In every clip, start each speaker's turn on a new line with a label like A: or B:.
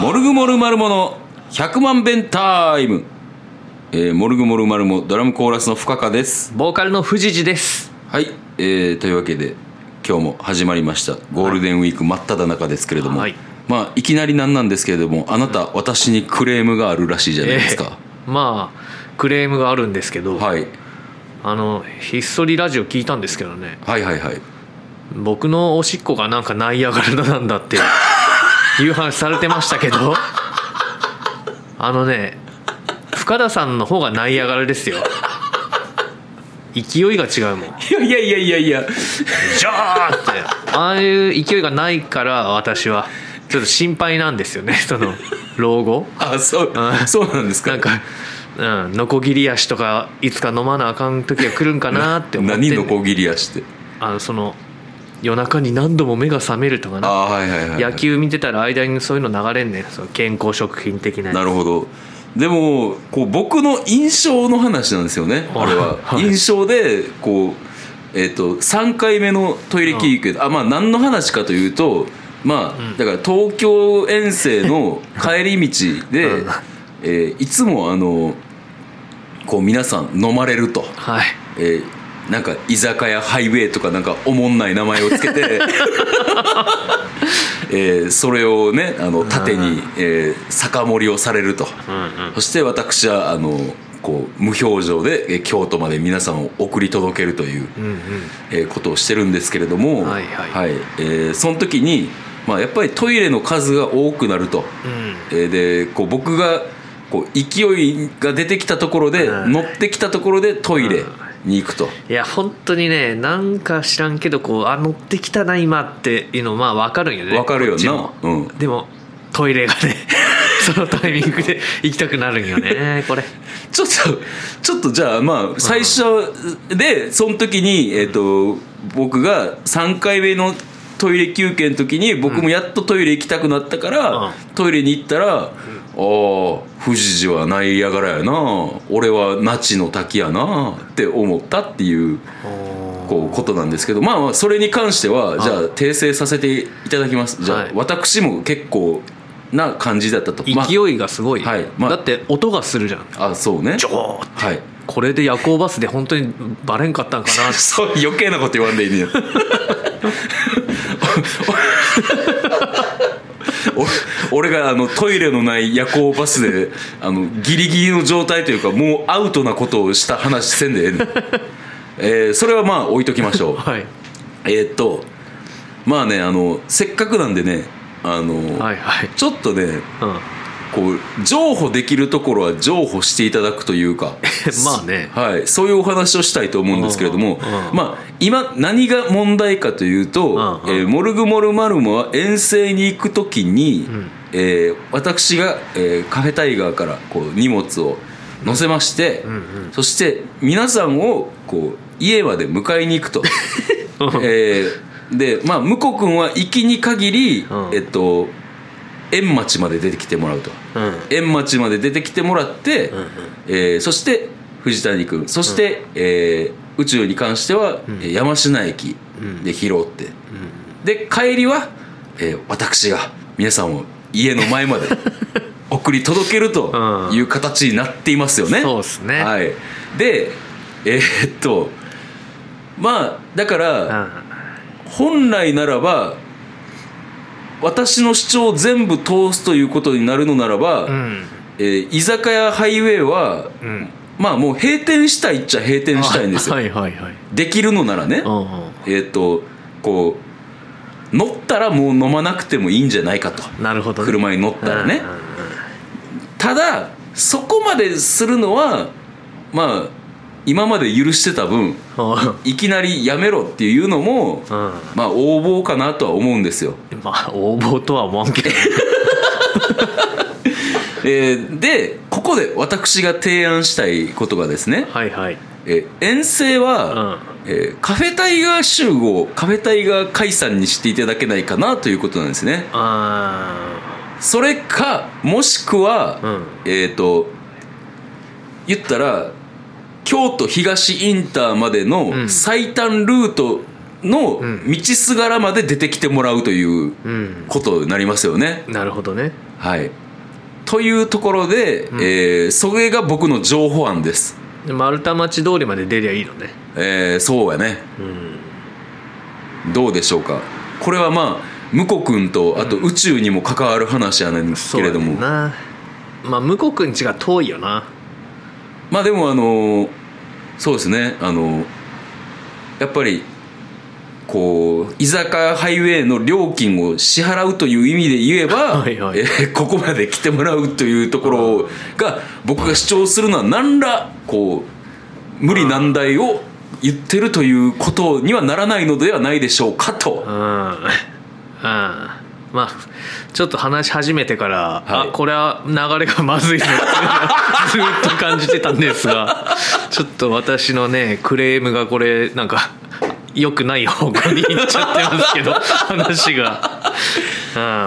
A: モルグモルマルモの100万弁タイム、えーモルグモルマルモドラムコーラスの深川です
B: ボーカルの藤次です
A: はい、えーというわけで今日も始まりましたゴールデンウィーク真っ只中ですけれども、
B: はい
A: まあいきなりなんなんですけれどもあなた私にクレームがあるらしいじゃないですか、
B: えーまあクレームがあるんですけど、
A: はい、
B: あのひっそりラジオ聞いたんですけどね
A: はいはいはい
B: 僕のおしっこがなんかナイアガラだなんだっていう話されてましたけどあのね深田さんの方がナイアガラですよ勢いが違うも
A: い
B: ん
A: やいやいやいやいや
B: ジャーってああいう勢いがないから私はちょっと心配なんですよねその老後
A: あそう
B: あ
A: そうなんですか
B: なんか、うん、ノコギリ足とかいつか飲まなあかん時が来るんかなって思ってんね
A: 何のこぎりやして
B: あのその夜中に何度も目が覚めるとかな
A: ああーはいはいはい、はい、
B: 野球見てたら間にそういうの流れんねんその健康食品的なやつ
A: なるほどでもこう僕の印象の話なんですよね
B: あ
A: あれは、
B: はい
A: 印象でこう、えっと3回目のトイレ休憩、あまあ何の話かというとまあ、だから東京遠征の帰り道で、
B: うん
A: えーいつもあのこう皆さん飲まれると。
B: はい
A: えーなんか居酒屋ハイウェイとかなんかおもんない名前をつけ て、えーそれをねあの縦に、えー酒盛りをされると、
B: うんうん
A: そして私はあのこう無表情でえー京都まで皆さんを送り届けるという、
B: うんうん
A: えーことをしてるんですけれども、
B: はいはい
A: えーその時に、まあ、やっぱりトイレの数が多くなると。
B: うん
A: えーでこう僕がこう勢いが出てきたところで、
B: うん
A: 乗ってきたところでトイレに行くと、
B: いや本当にねなんか知らんけどこうあ乗ってきたな今っていうのまあ分かるんよね
A: わかるよ
B: こっち
A: な
B: も、
A: うん、
B: でもトイレが ねそのタイミングで行きたくなるんよねこれ
A: ちょっとちょっとじゃあまあ最初でその時に、えー、と僕が3回目のトイレ休憩の時に僕もやっとトイレ行きたくなったから、
B: うん
A: トイレに行ったら「ああ富士寺はナイアガラやな俺は那智の滝やな」って思ったっていう。こうことなんですけど、まあ、まあそれに関してはじゃあ訂正させていただきますじゃあ、
B: はい
A: 私も結構な感じだったとまあ
B: 勢いがすごいよ、
A: はいまあ
B: だって音がするじゃん
A: あそうね
B: ジョーって
A: はい
B: これで夜行バスで本当にバレんかったんかなって
A: そう余計なこと言わんでいいねん俺俺があのトイレのない夜行バスであのギリギリの状態というかもうアウトなことをした話せんでええねんえーそれはまあ置いときましょ う
B: はい
A: えーっとまあねあのせっかくなんでねあの、
B: はいはい
A: ちょっとね
B: うん
A: こう譲歩できるところは譲歩していただくというか
B: まあね
A: はい、そういうお話をしたいと思うんですけれども、
B: うんうんうん
A: まあ、今何が問題かというと、
B: うんうん
A: えーモルグモルマルモは遠征に行く時に、
B: ん
A: えー私が、えーカフェタイガーからこう荷物を乗せまして、
B: んうん
A: そして皆さんをこう家まで迎えに行くと。 えーで、まあ、向こう君は行きに限り、
B: うん
A: えっと円町まで出てきてもらうと。
B: うん
A: 円町まで出てきてもらって、
B: うんうん
A: えーそして藤谷君そして、えー宇宙に関しては、えー山科駅で拾って、で帰りは、えー私が皆さんを家の前ま で送り届けるという形になっていますよね。
B: そうっすね
A: はい、でえーっとまあだから、
B: うん
A: 本来ならば私の主張を全部通すということになるのならば、
B: うん
A: えー居酒屋ハイウェイは、
B: うん
A: まあもう閉店したいっちゃ閉店したいんですよ、
B: はいはいはい
A: できるのならね、
B: うんうん
A: えっ、とこう乗ったらもう飲まなくてもいいんじゃないかと
B: なるほど、ね、
A: 車に乗ったらね、
B: うんうんうん
A: ただそこまでするのはまあ今まで許してた分
B: うん
A: いきなりやめろっていうのも、
B: うん
A: まあ横暴かなとは思うんですよ
B: まあ応募とは思わんけ ど
A: えーでここで私が提案したいことがですね、
B: はいはい
A: えー遠征は、えーカフェタイガー集合カフェタイガー解散にしていただけないかなということなんですね
B: あ
A: それかもしくは、
B: うん
A: えっ、と言ったら京都東インターまでの
B: ん
A: 最短ルートの道すがらまで出てきてもらうという
B: うん
A: ことになりますよね。
B: なるほどね
A: はい、というところで、えーそれが僕の情報案です。
B: で丸太町通りまで出りゃいいのね
A: えーそうやね
B: うん
A: どうでしょうかこれはまあ向こう君とあと宇宙にも関わる話やねんです
B: そう
A: けれ
B: や
A: ど
B: ね
A: も、
B: んなまあ向こうくんちが遠いよな
A: まあでもあのそうですねあのやっぱりこう居酒屋ハイウェイの料金を支払うという意味で言えば
B: はいはい
A: えーここまで来てもらうというところが僕が主張するのは何らこう無理難題を言ってるということにはならないのではないでしょうか
B: う
A: と。
B: んうんまあちょっと話し始めてから、
A: はい
B: あこれは流れがまずいなずーっと感じて たんですがちょっと私のねクレームがこれなんか良くない方向に行っちゃってます けど話が、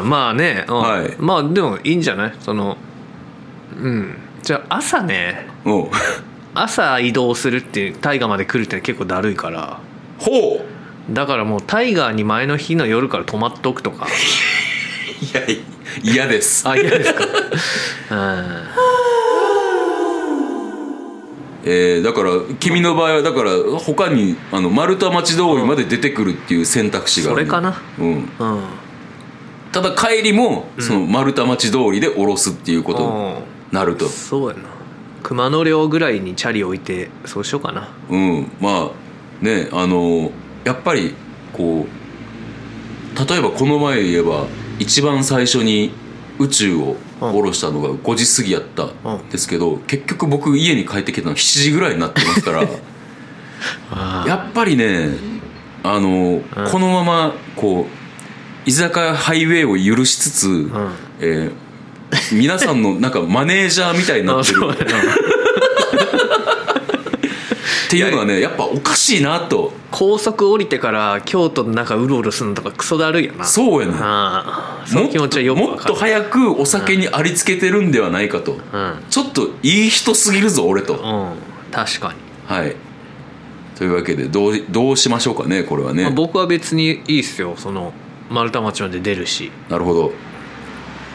B: うん、まあね、うん
A: はい
B: まあでもいいんじゃないそのうんじゃあ朝ね
A: うん、ほ
B: 朝移動するっていう大河まで来るって結構だるいから
A: う
B: だからもうタイガーに前の日の夜から泊まっとく とか
A: いやい嫌です
B: あ嫌ですかうん
A: えーだから君の場合はだから他にあの丸太町通りまで出てくるっていう選択肢がある
B: それかな
A: うん、
B: うん
A: ただ帰りもその丸太町通りで降ろすっていうことに
B: うん
A: なると、
B: そうやな熊野寮ぐらいにチャリ置いてそうしようかな
A: うんまあねあのやっぱりこう例えばこの前言えば一番最初に宇宙を降ろしたのが5時過ぎやったんですけど、結局僕家に帰ってきたの7時ぐらいになってますから。
B: あ
A: やっぱりねあの、このままこう居酒屋ハイウェイを許しつつ、
B: うん
A: えー皆さんのなんかマネージャーみたいにな
B: あ
A: ってる
B: そうや
A: っ
B: な
A: ていうのはねやっぱおかしいなと
B: 高速降りてから京都の中うろうろするのとかクソだるいよなう
A: そうやな
B: ああそ
A: も
B: の
A: っ
B: 気持ち
A: と
B: はよく
A: も
B: わ
A: っ
B: かる
A: と早くお酒にありつけてるんではないかと、
B: うん
A: ちょっといい人すぎるぞ俺と、
B: うん確かに、
A: はいというわけでどうどうしましょうかねこれはね、
B: まあ、僕は別にいいっすよその丸太町まで出るし
A: なるほど。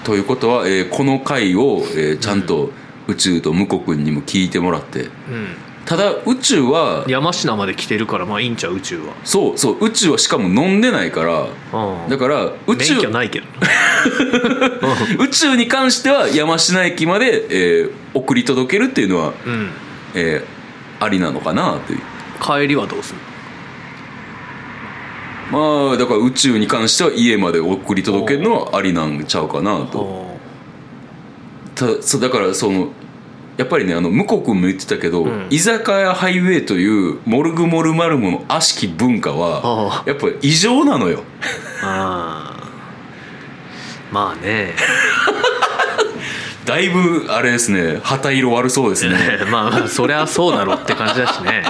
A: ということは、えーこの回を、えーちゃんと宇宙と向こくんにも聞いてもらって
B: うん
A: ただ宇宙は
B: 山科まで来てるからまあいいんちゃう宇宙
A: そうそう宇宙はしかも飲んでないから
B: は
A: だから宇宙
B: 免許ないけど
A: 宇宙に関しては山科駅まで、えー送り届けるっていうのは、
B: うん
A: えーありなのかなという
B: 帰りはどうする
A: まあだから宇宙に関しては家まで送り届けるのはありなんちゃうかなと
B: の
A: たそうだからそのやっぱりねあの向こう君も言ってたけど、
B: ん
A: 居酒屋ハイウェイというモルグモルマルムの悪しき文化は
B: あ
A: やっぱり異常なのよ
B: あーまあ ね
A: だいぶあれですね旗色悪そうですね
B: まあまあそりゃそうだろうって感じだしね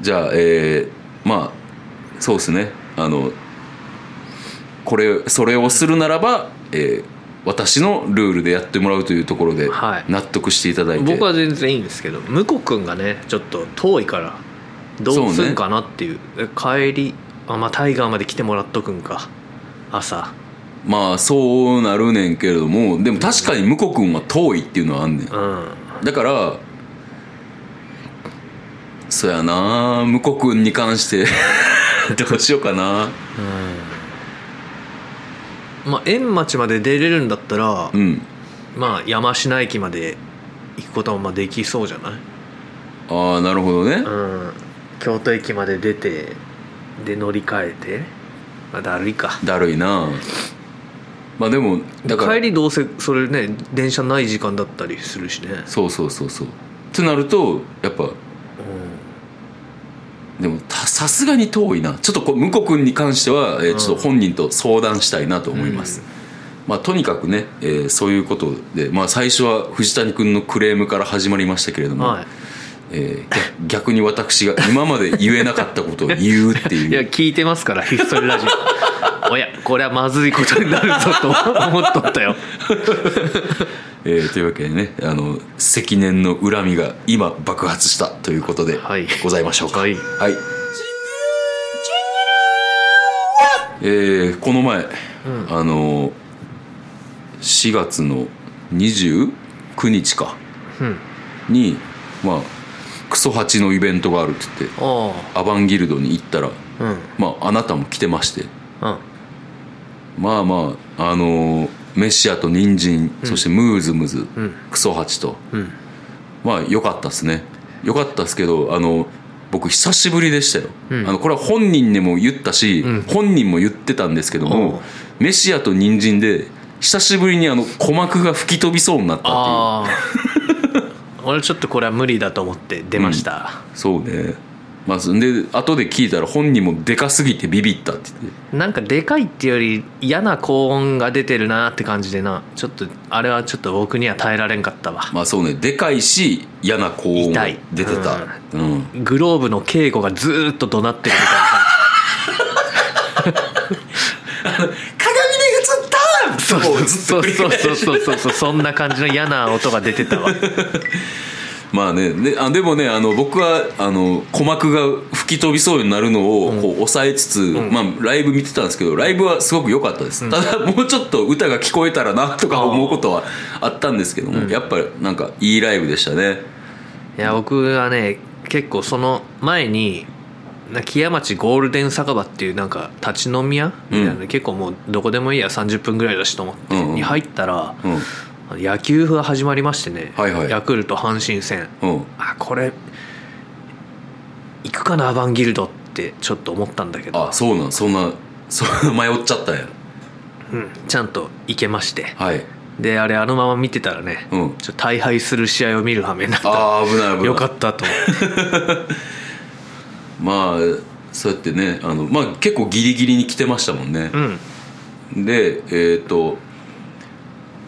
A: じゃあえーまあそうですねあのこれそれをするならば、えー私のルールでやってもらうというところで
B: はい
A: 納得していただいて、
B: 僕は全然いいんですけど向こう君がねちょっと遠いからどうすんかなっていう帰りあまあタイガーまで来てもらっとくんか朝
A: まあそうなるねんけれどもでも確かに向こう君は遠いっていうのはあんねん
B: うん
A: だからそやな向こくんに関して どうしようかな
B: まあ円町まで出れるんだったら
A: うん
B: まあ山科駅まで行くこともまあできそうじゃない
A: ああなるほどね
B: うん京都駅まで出てで乗り換えてまあだるいか
A: だるいなまあでもだから
B: 帰りどうせそれね電車ない時間だったりするしね
A: そうそうそうそうってなるとやっぱでもたさすがに遠いなちょっとこう向こくんに関しては、えーちょっと本人と相談したいなと思います、まあ、とにかくね、えーそういうことで、まあ、最初は藤谷君のクレームから始まりましたけれど
B: うん
A: も、
B: は
A: えー逆逆に私が今まで言えなかったことを言うって
B: いいや
A: いう
B: 聞いてますからひっそりラジオおやこれはまずいことになるぞと思っとったよ
A: えーというわけでねあの積年の恨みが今爆発したということで
B: はい
A: ございましょうか
B: はい
A: はいえーこの前、あの4月の29日か
B: うん
A: にまあクソハチのイベントがあるって言って
B: あ
A: アバンギルドに行ったら
B: あうん
A: まああなたも来てまして
B: うん
A: まあまああのーメシアと人参、そしてムーズムズ、
B: ん
A: クソハチと
B: うん
A: まあ良かったっすね良かったっすけどあの僕久しぶりでしたよ、
B: うん
A: あのこれは本人にも言ったし、
B: ん
A: 本人も言ってたんですけど
B: おう
A: もメシアと人参で久しぶりにあの鼓膜が吹き飛びそうになったっていう
B: ああ俺ちょっとこれは無理だと思って出ました、
A: そうねまあそんで後で聞いたら本人もでかすぎてビビったって言って
B: なんかでかいっていうより嫌な高音が出てるなって感じでなちょっとあれはちょっと僕には耐えられんかったわ
A: まあそうねでかいし嫌な高音が
B: 痛
A: 出
B: い
A: てたうん
B: グローブの稽古がずーっと怒鳴ってるみたいな感
A: 鏡で映っ
B: じ
A: た
B: そうそうそうそうそうそうそんな感じの嫌な音が出てたわ
A: まあねであでもねあの僕はあの鼓膜が吹き飛びそうになるのをこう抑えつつ、まあ、ライブ見てたんですけどライブはすごく良かったです、ただもうちょっと歌が聞こえたらなとか思うことはあったんですけども、やっぱりなんかいいライブでしたね
B: いや僕はね結構その前にな木屋町ゴールデン酒場っていうなんか立ち飲み屋みたいなので、結構もうどこでもいいや30分ぐらいだしと思って、
A: うんうん
B: に入ったら、
A: うん
B: 野球が始まりましてね、
A: はいはい
B: ヤクルト阪神戦
A: うん
B: あこれ行くかなアバンギルドってちょっと思ったんだけど
A: あそうなんそんな そんな迷っちゃったんや
B: うんちゃんと行けまして
A: はい
B: であれあのまま見てたらね、
A: うん
B: ちょっと大敗する試合を見る羽目になった
A: ああ危ない危ない
B: よかったと思って
A: まあそうやってねあの、まあ、結構ギリギリに来てましたもんね
B: う、ん
A: でえっ、と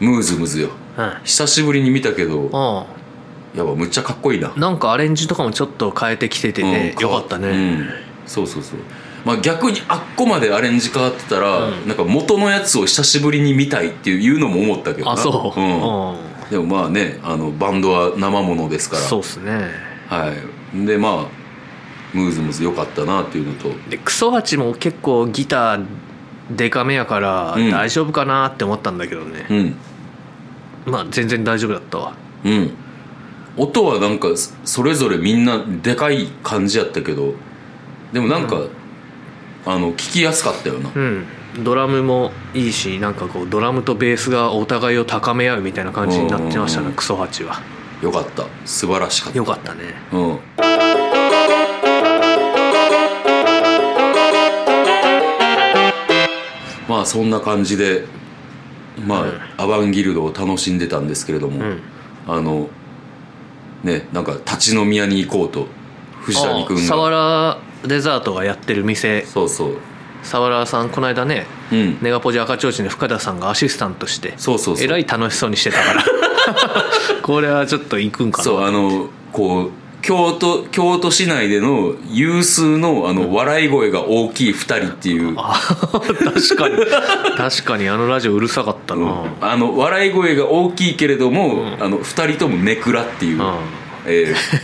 A: ムーズムズよ
B: はい
A: 久しぶりに見たけど
B: あ
A: やばむっちゃかっこいいな、
B: あなんかアレンジとかもちょっと変えてきててね、
A: うん
B: よかったね、
A: うんそうそうそうまあ逆にあっこまでアレンジ変わってたら、
B: うん
A: なんか元のやつを久しぶりに見たいっていうのも思ったけどな
B: あそう、
A: ん
B: うん
A: でもまあねあのバンドは生ものですから
B: そうっすね
A: はいでまあムーズムズ良かったなっていうのと
B: でクソハチも結構ギターデカめやから
A: うん
B: 大丈夫かなって思ったんだけどね、
A: うん
B: まあ全然大丈夫だったわ
A: うん音はなんかそそれぞれみんなでかい感じやったけどでもなんか、あの聞きやすかったよな
B: うんドラムもいいしなんかこうドラムとベースがお互いを高め合うみたいな感じになってました
A: うんうんう
B: ね
A: ん
B: クソハチは
A: よかった素晴らしかった
B: よかったね
A: うんまあそんな感じでまあ、アバンギルドを楽しんでたんですけれども、
B: うん
A: あのねなんか立ち飲み屋に行こうと藤谷君
B: サワ
A: が
B: ラデザートがやってる店
A: そうそう
B: サワラさんこの間ね
A: うん
B: ネガポジ赤ちょうちんの深田さんがアシスタントして
A: そうそうそう
B: えらい楽しそうにしてたから これはちょっと行くんかな
A: そうあのこう京都京都市内での有数のあの笑い声が大きい2人っていう、
B: あ確かに 確かにあのラジオうるさかったな、うん
A: あの笑い声が大きいけれども、あの2人ともネクラっていう、えー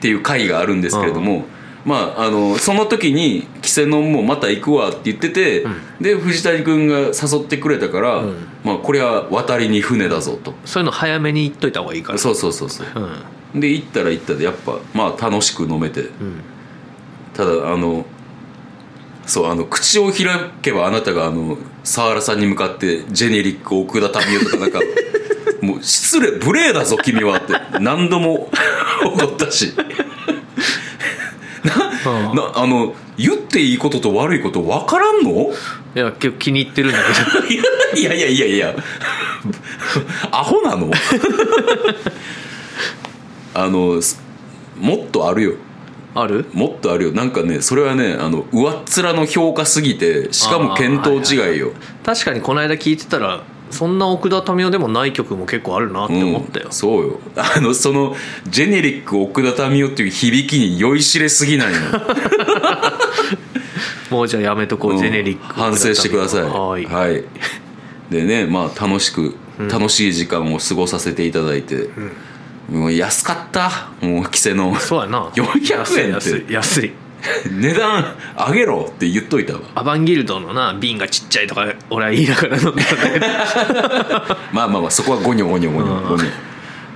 A: っていう会があるんですけれども、まああのその時に「キセノンもまた行くわ」って言ってて、で藤谷君が誘ってくれたから、
B: ん
A: まあこれは渡りに船だぞと、
B: そういうの早めに言っといた方がいいから
A: そうそうそうそう
B: うん
A: で行ったら行ったでやっぱまあ楽しく飲めて。
B: うん
A: ただあのそうあの口を開けばあなたがあのサワラさんに向かってジェネリック奥田民生とか なんかもう失礼無礼だぞ君はって何度も怒ったし
B: うん
A: なあの言っていいことと悪いこと分からんの
B: いや結構気に入ってるんだけど
A: いやいやいやいやアホな のあのすもっとあるよ
B: ある
A: もっ とあるよなんかねそれはねあの上っ面の評価すぎてしかも見当違いよ、
B: 確かにこの間聞いてたらそんな奥田民生でもない曲も結構あるなっ
A: う
B: て
A: ん
B: 思ったよ、
A: そうよあのそのジェ ネリック奥田民生っていう響きに酔いしれすぎないの
B: もうじゃあやめとこう、
A: うん
B: ジェネリック
A: 反省してください
B: はい、
A: でねまあ楽しく、楽しい時間を過ごさせていただいて、もう安かったもう着せの
B: そうやな
A: 400円って
B: 安い安い安い
A: 値段上げろって言っといたわ
B: アバンギルドのな瓶がちっちゃいとか俺は言いながら飲んだね
A: まあまあまあそこはゴニョゴニョゴニョゴニョ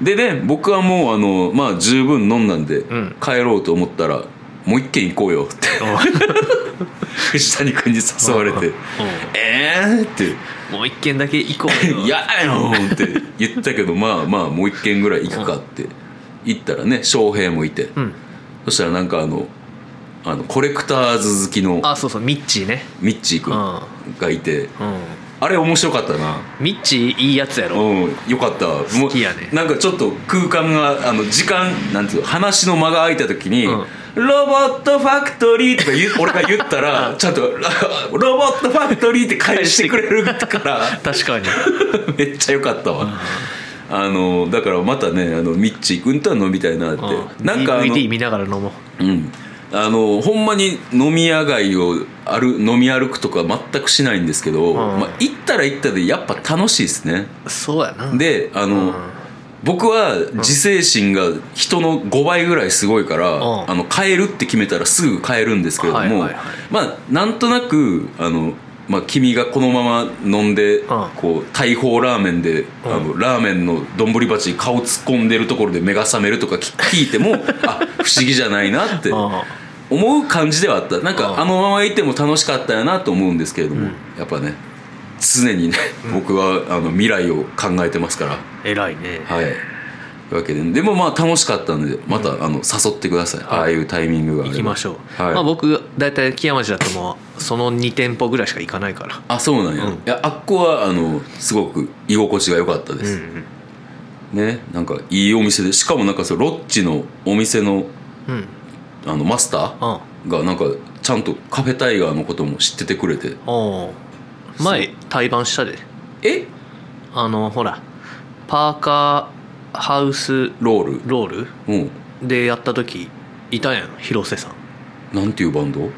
A: でね僕はもうあのまあ十分飲んだんで、
B: ん
A: 帰ろうと思ったらもう一軒行こうよって 藤谷君に誘われて「えー?」って
B: もう一軒だけ行こ うよ
A: 「やだよ!」って言ったけどまあまあもう一軒ぐらい行くかって行ったらね翔平もいて、
B: うん
A: そしたらなんかあのあのコレクターズ好きの
B: あそうそうミッチーね
A: ミッチー君がいて、
B: うん
A: あれ面白かったな
B: ミッチーいいやつやろ
A: うん、よかったもう
B: 好きやね
A: なんかちょっと空間があの時間なんていうの話の間が空いた時に「
B: うん
A: ロボットファクトリー」とか 言う俺が言ったらちゃんと 「ロボットファクトリー」って返してくれるから
B: 確かに
A: めっちゃよかったわ、あのだからまたねあのミッチー君とは飲みたいなって、
B: うん
A: なんかあの
B: DVD 見ながら飲もう
A: うん、あのほんまに飲み屋街を歩飲み歩くとか全くしないんですけど、
B: ん
A: まあ、行ったら行ったでやっぱ楽しいですね
B: そうやな
A: であの、
B: うん
A: 僕は自制心が人の5倍ぐらいすごいから、
B: うん
A: あの変えるって決めたらすぐ変えるんですけれども、
B: はいはいはい
A: まあなんとなくあの、まあ、君がこのまま飲んで、
B: ん
A: こう大砲ラーメンで、あのラーメンの丼鉢に顔突っ込んでるところで目が覚めるとか聞聞いて もあ不思議じゃないなって
B: うん
A: 思う感じではあったなん
B: う
A: か
B: ん
A: あのままいても楽しかったよなと思うんですけれども、やっぱね常にね僕はあの未来を考えてますから。
B: 偉いね
A: はい。というわけで、でもまあ楽しかったんで、また、あの誘ってください。ああいうタイミングがあれば
B: 行きましょう、
A: はい。
B: まあ、僕大体木山寺だともうその2店舗ぐらいしか行かないから
A: あ、そうなんや。いや、あっこは、あの、すごく居心地が良かったで
B: う
A: す。
B: ん
A: ね、なんかいいお店で、しかもなんかそのロッチのお店の、
B: うんうん
A: あのマスタ
B: あ
A: ーがなんかちゃんとカフェタイガーのことも知っててくれて、
B: あ前対バンしたで
A: え、
B: あのほらパーカーハウス
A: ロール、
B: ロー
A: うん、
B: ルでやった時いたやん広瀬さん
A: なんていうバンド？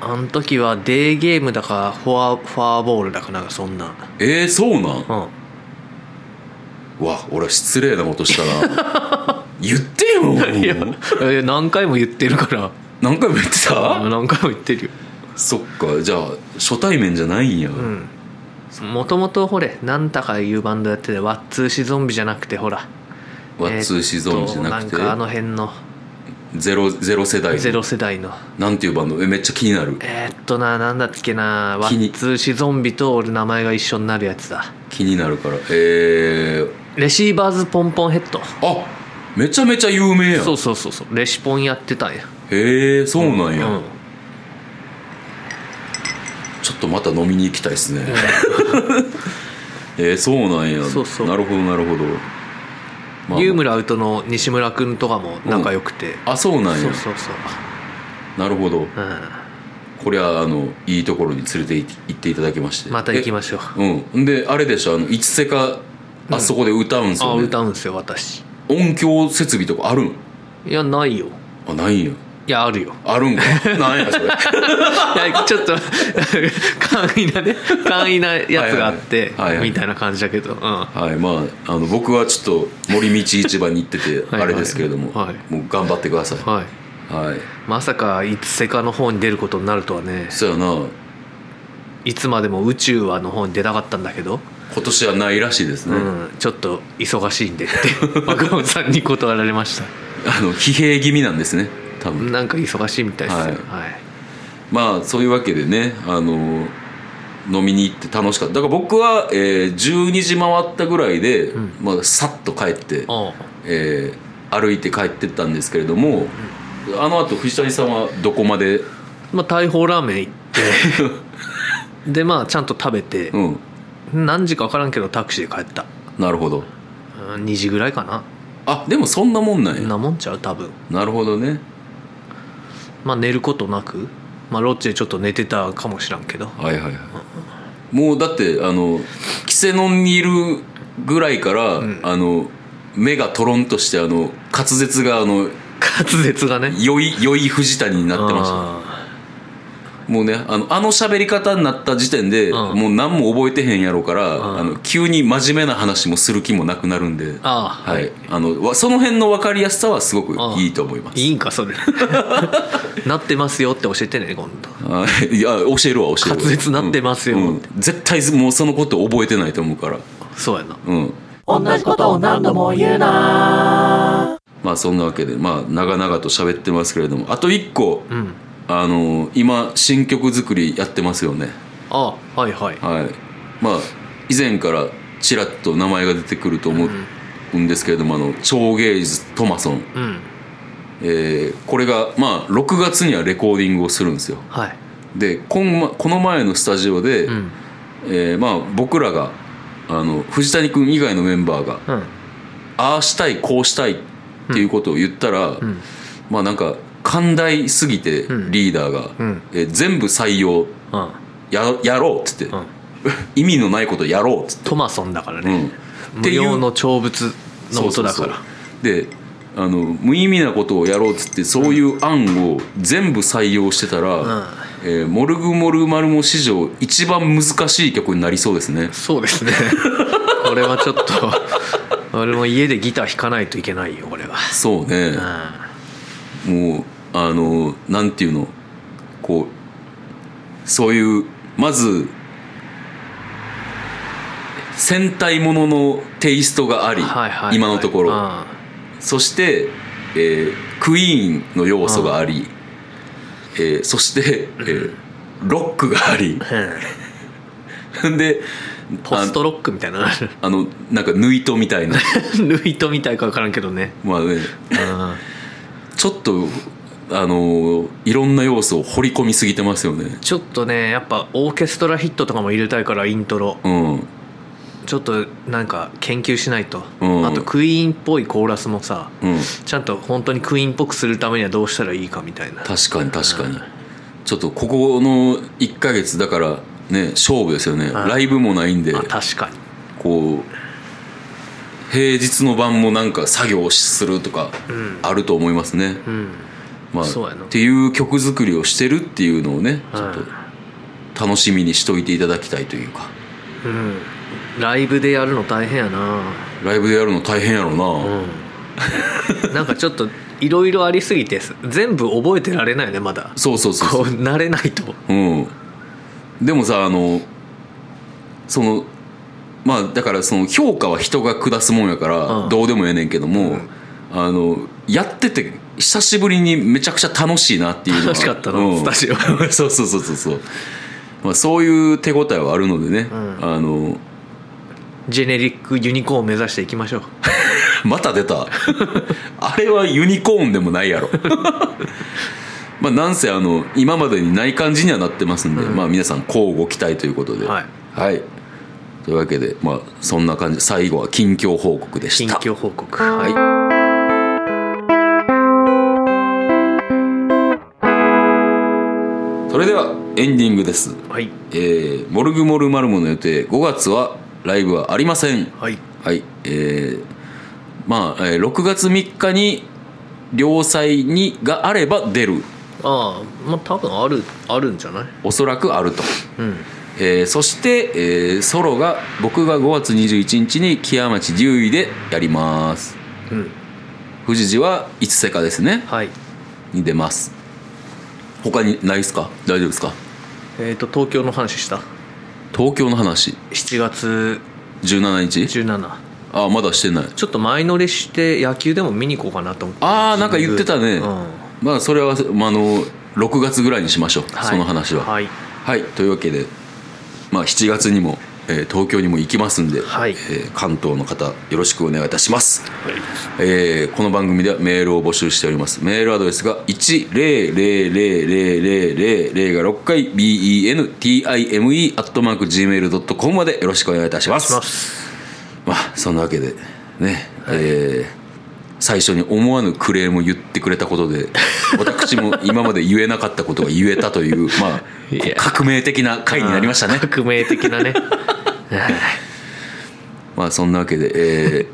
B: あの時はデーゲームだかフォアフォアボールだかなんかそんな
A: えー、そうなん。
B: うん
A: わ、俺は失礼なことしたな。 言ってよ。
B: え何回も言ってるから
A: 何回も言ってた？
B: 何回も言ってるよ
A: そっかじゃあ初対面じゃないんや、
B: うんもともとほれ何たかいうバンドやっててワッツーシゾンビじゃなくてほら
A: ワッツーシゾンじゃなくて
B: えーっとんかあの辺の
A: ゼロゼロ世代
B: ゼロ世代の
A: なんていうバンドえめっちゃ気になる
B: えーっとななんだっけなワ
A: 気に
B: ッツーシゾンビと俺名前が一緒になるやつだ
A: 気になるからえー、
B: レシーバーズポンポンヘッド
A: あめちゃめちゃ有名やん
B: そうそうそうそうレシポンやってたんや
A: へえそうなんや、
B: うん
A: ちょっとまた飲みに行きたいですね、 えー、そうなんや
B: そうそう
A: なるほどなるほど、まあ
B: ユームラウトの西村君とかも仲良くて、
A: あそうなん
B: そ
A: や
B: うそうそう
A: なるほど
B: う
A: これはあのいいところに連れて行っていただきまして
B: んまた行き
A: ま
B: ましょう
A: うんであれでしょあのいつせかあそこで歌うんす
B: あ
A: よね、
B: 歌うんすよ私
A: 音響設備とかあるん
B: いやないよ
A: あないんや
B: いやあるよ
A: あるんか なんやそれ
B: いやちょっと 簡易なね簡易なやつがあっ
A: はい
B: て
A: はいはいはい
B: みたいな感じだけど、うん、あ
A: はいまああの僕はちょっと森道市場に行ってて
B: はい
A: あれですけれども、
B: はい
A: もう頑張ってくださいは
B: はい
A: い
B: まさかいつ世界の方に出ることになるとはね
A: そうやない
B: つまでも宇宙はの方に出たかったんだけど、
A: 今年はないらしいですね、
B: うん、ちょっと忙しいんでって 若本さんに断られました
A: あの疲弊気味なんですね多分、
B: なんか忙しいみたいですよ
A: は
B: はいい、
A: まあそういうわけでねあの飲みに行って楽しかっただから僕は、えー12時回ったぐらいで、まあ、さっと帰って、
B: おう
A: えー歩いて帰ってったんですけれども、あのあと藤谷さんはどこまで
B: まあ大砲ラーメン行 ってでまあちゃんと食べて、
A: うん
B: 何時か分からんけどタクシーで帰った
A: なるほど
B: うん2時ぐらいかな
A: あでもそんなもんなん
B: そん
A: や
B: なもんちゃう多分
A: なるほどね
B: まあ寝ることなく、まあ、ロッチでちょっと寝てたかもしらんけど
A: はいはいはいもうだってあのキセノンにいるぐらいから、あの目がトロンとしてあの滑舌があの
B: 滑舌がね
A: 酔い酔い藤谷になってまし
B: あ
A: もうねあのあの喋り方になった時点で、
B: うん
A: もう何も覚えてへんやろうから、
B: ん
A: あの急に真面目な話もする気もなくなるんで
B: ああ
A: は
B: はいい
A: あのわその辺の分かりやすさはすごく
B: ああ
A: いいと思います
B: いいんかそれ なってますよって教えてね今度
A: あいや教えるわ教えるわ
B: 滑舌なってますよ
A: うんうん絶対もうそのこと覚えてないと思うから
B: そうやな
A: うん
C: 同じことを何度も言うな
A: まあそんなわけでまあ長々と喋ってますけれどもあと一個、
B: うん
A: あの今新曲作りやってますよね
B: ああはいはい
A: はいまあ以前からちらっと名前が出てくると思うんですけれども、あの超ゲイズ・トマソン、
B: うん
A: えーこれがまあ6月にはレコーディングをするんですよ
B: はい
A: でこんまこの前のスタジオで、
B: うん
A: えーまあ、僕らがあの藤谷君以外のメンバーが
B: うん
A: ああしたいこうしたいっていうことを言ったら、
B: ん
A: まあなんか寛大すぎて
B: ん
A: リーダーが、
B: うん
A: えー全部採用
B: うん
A: ややろうっつって、
B: うん
A: 意味のないことやろうっつって、
B: トマソンだから
A: う
B: ね、
A: ん
B: 無料の長物の音だ
A: そ
B: か
A: うそう
B: ら
A: そうであの無意味なことをやろうっつってそういう案を全部採用してたら、
B: ん
A: えーモルグモルマルモ史上一番難しい曲になりそうですね
B: そ うですねこれはちょっと俺も家でギター弾かないといけないよこれは
A: そうね、もうあのなんていうのこうそういうまず戦隊もののテイストがあり、
B: うんはいはい
A: 今のところ、
B: うん
A: そして、えークイーンの要素があり、えーそして、えーロックがありで
B: ポストロックみたいな
A: あ のあのなんか縫い糸みたいな
B: ルイトみたいか分からんけどね
A: まあね
B: うん
A: ちょっとあのいろんな要素を掘り込みすぎてますよね
B: ちょっとねやっぱオーケストラヒットとかも入れたいからイントロ
A: うん
B: ちょっとなんか研究しないと、
A: うん
B: あとクイーンっぽいコーラスもさ、
A: うん
B: ちゃんと本当にクイーンっぽくするためにはどうしたらいいかみたいな
A: 確かに確かにちょっとここの1ヶ月だからね勝負ですよね
B: はい
A: ライブもないんで
B: あ確かに
A: こう平日の晩もなんか作業するとか
B: ん
A: あると思いますね、
B: うん
A: まあ、
B: そうやな
A: っていう曲作りをしてるっていうのをねちょっ
B: はい
A: と楽しみにしといていただきたいというか
B: うんライブでやるの大変やな
A: ライブでやるの大変やろうな、
B: うん なんかちょっといろいろありすぎて全部覚えてられないよねまだ
A: そうそうそうそ
B: こ
A: う
B: う慣れないと
A: うん、でもさあのそのまあだからその評価は人が下すもんやから
B: うん
A: どうでもええねんけども、あのやってて久しぶりにめちゃくちゃ楽しいなっていうのは
B: 楽しかったな
A: うん
B: スタジオ
A: そうそうそうそうそう、まあ、そういう手応えはあるのでね、
B: ん
A: あの
B: ジェネリックユニコーンを目指していきましょう
A: また出たあれはユニコーンでもないやろ まあなんせあの今までにない感じにはなってますんで、まあ皆さん乞うご期待ということでは
B: はいい、
A: というわけでまあそんな感じ最後は近況報告でし
B: 近
A: た
B: 況報告はい
A: それではエンディングです
B: はい
A: えーモルグモルマルモの予定5月はライブはありません
B: はい
A: はい、えーまあ、えー6月3日に両祭にがあれば出る
B: ああまあ多分あるあるんじゃない
A: おそらくあると
B: うん
A: えーそして、えーソロが僕が5月21日に木屋町竜医でやります
B: うん
A: 藤次は「いつせか」ですね
B: はい
A: に出ます他にないですか大丈夫ですか
B: えっ、と東京の話した
A: 東京の話
B: 7月
A: 17日
B: 17
A: あまだしてない
B: ちょっと前乗りして野球でも見に行こうかなと思って
A: ああなんか言ってたね、
B: うん
A: まあそれは、まあ、あの6月ぐらいにしましょう、
B: はい
A: その話は
B: はい
A: はい、というわけで、まあ、7月にも、えー東京にも行きますんで、
B: はい
A: えー関東の方よろしくお願いいたします、えーこの番組ではメールを募集しておりますメールアドレスが1000000が6回 bentime.gmail.com までよろしくお願いいたします
B: します
A: まあそんなわけでね、えー最初に思わぬクレームを言ってくれたこと で私も今まで言えなかったことが言えたという、まあ、こう
B: いや
A: 革命的な回になりましたね
B: あー革命的なね
A: まあそんなわけで、えー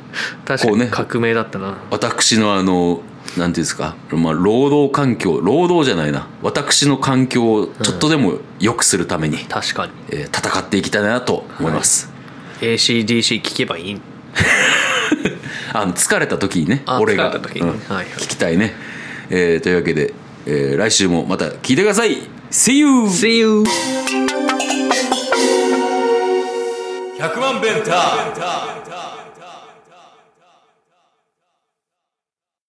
B: 確か
A: こうね
B: に革命だったな
A: 私のあのなんていうんですか、まあ、労働環境労働じゃないな私の環境をちょっとでも良くするために、
B: 確かに
A: えー戦っていきたいなと思います、
B: ACDC 聞けばいい
A: あの疲れた時にね
B: あ
A: 俺が
B: 疲れた時
A: う
B: に
A: ん
B: はいはい
A: 聞きたいね、えーというわけで、えー来週もまた聞いてください See you!
B: See you!
A: 100万ベンター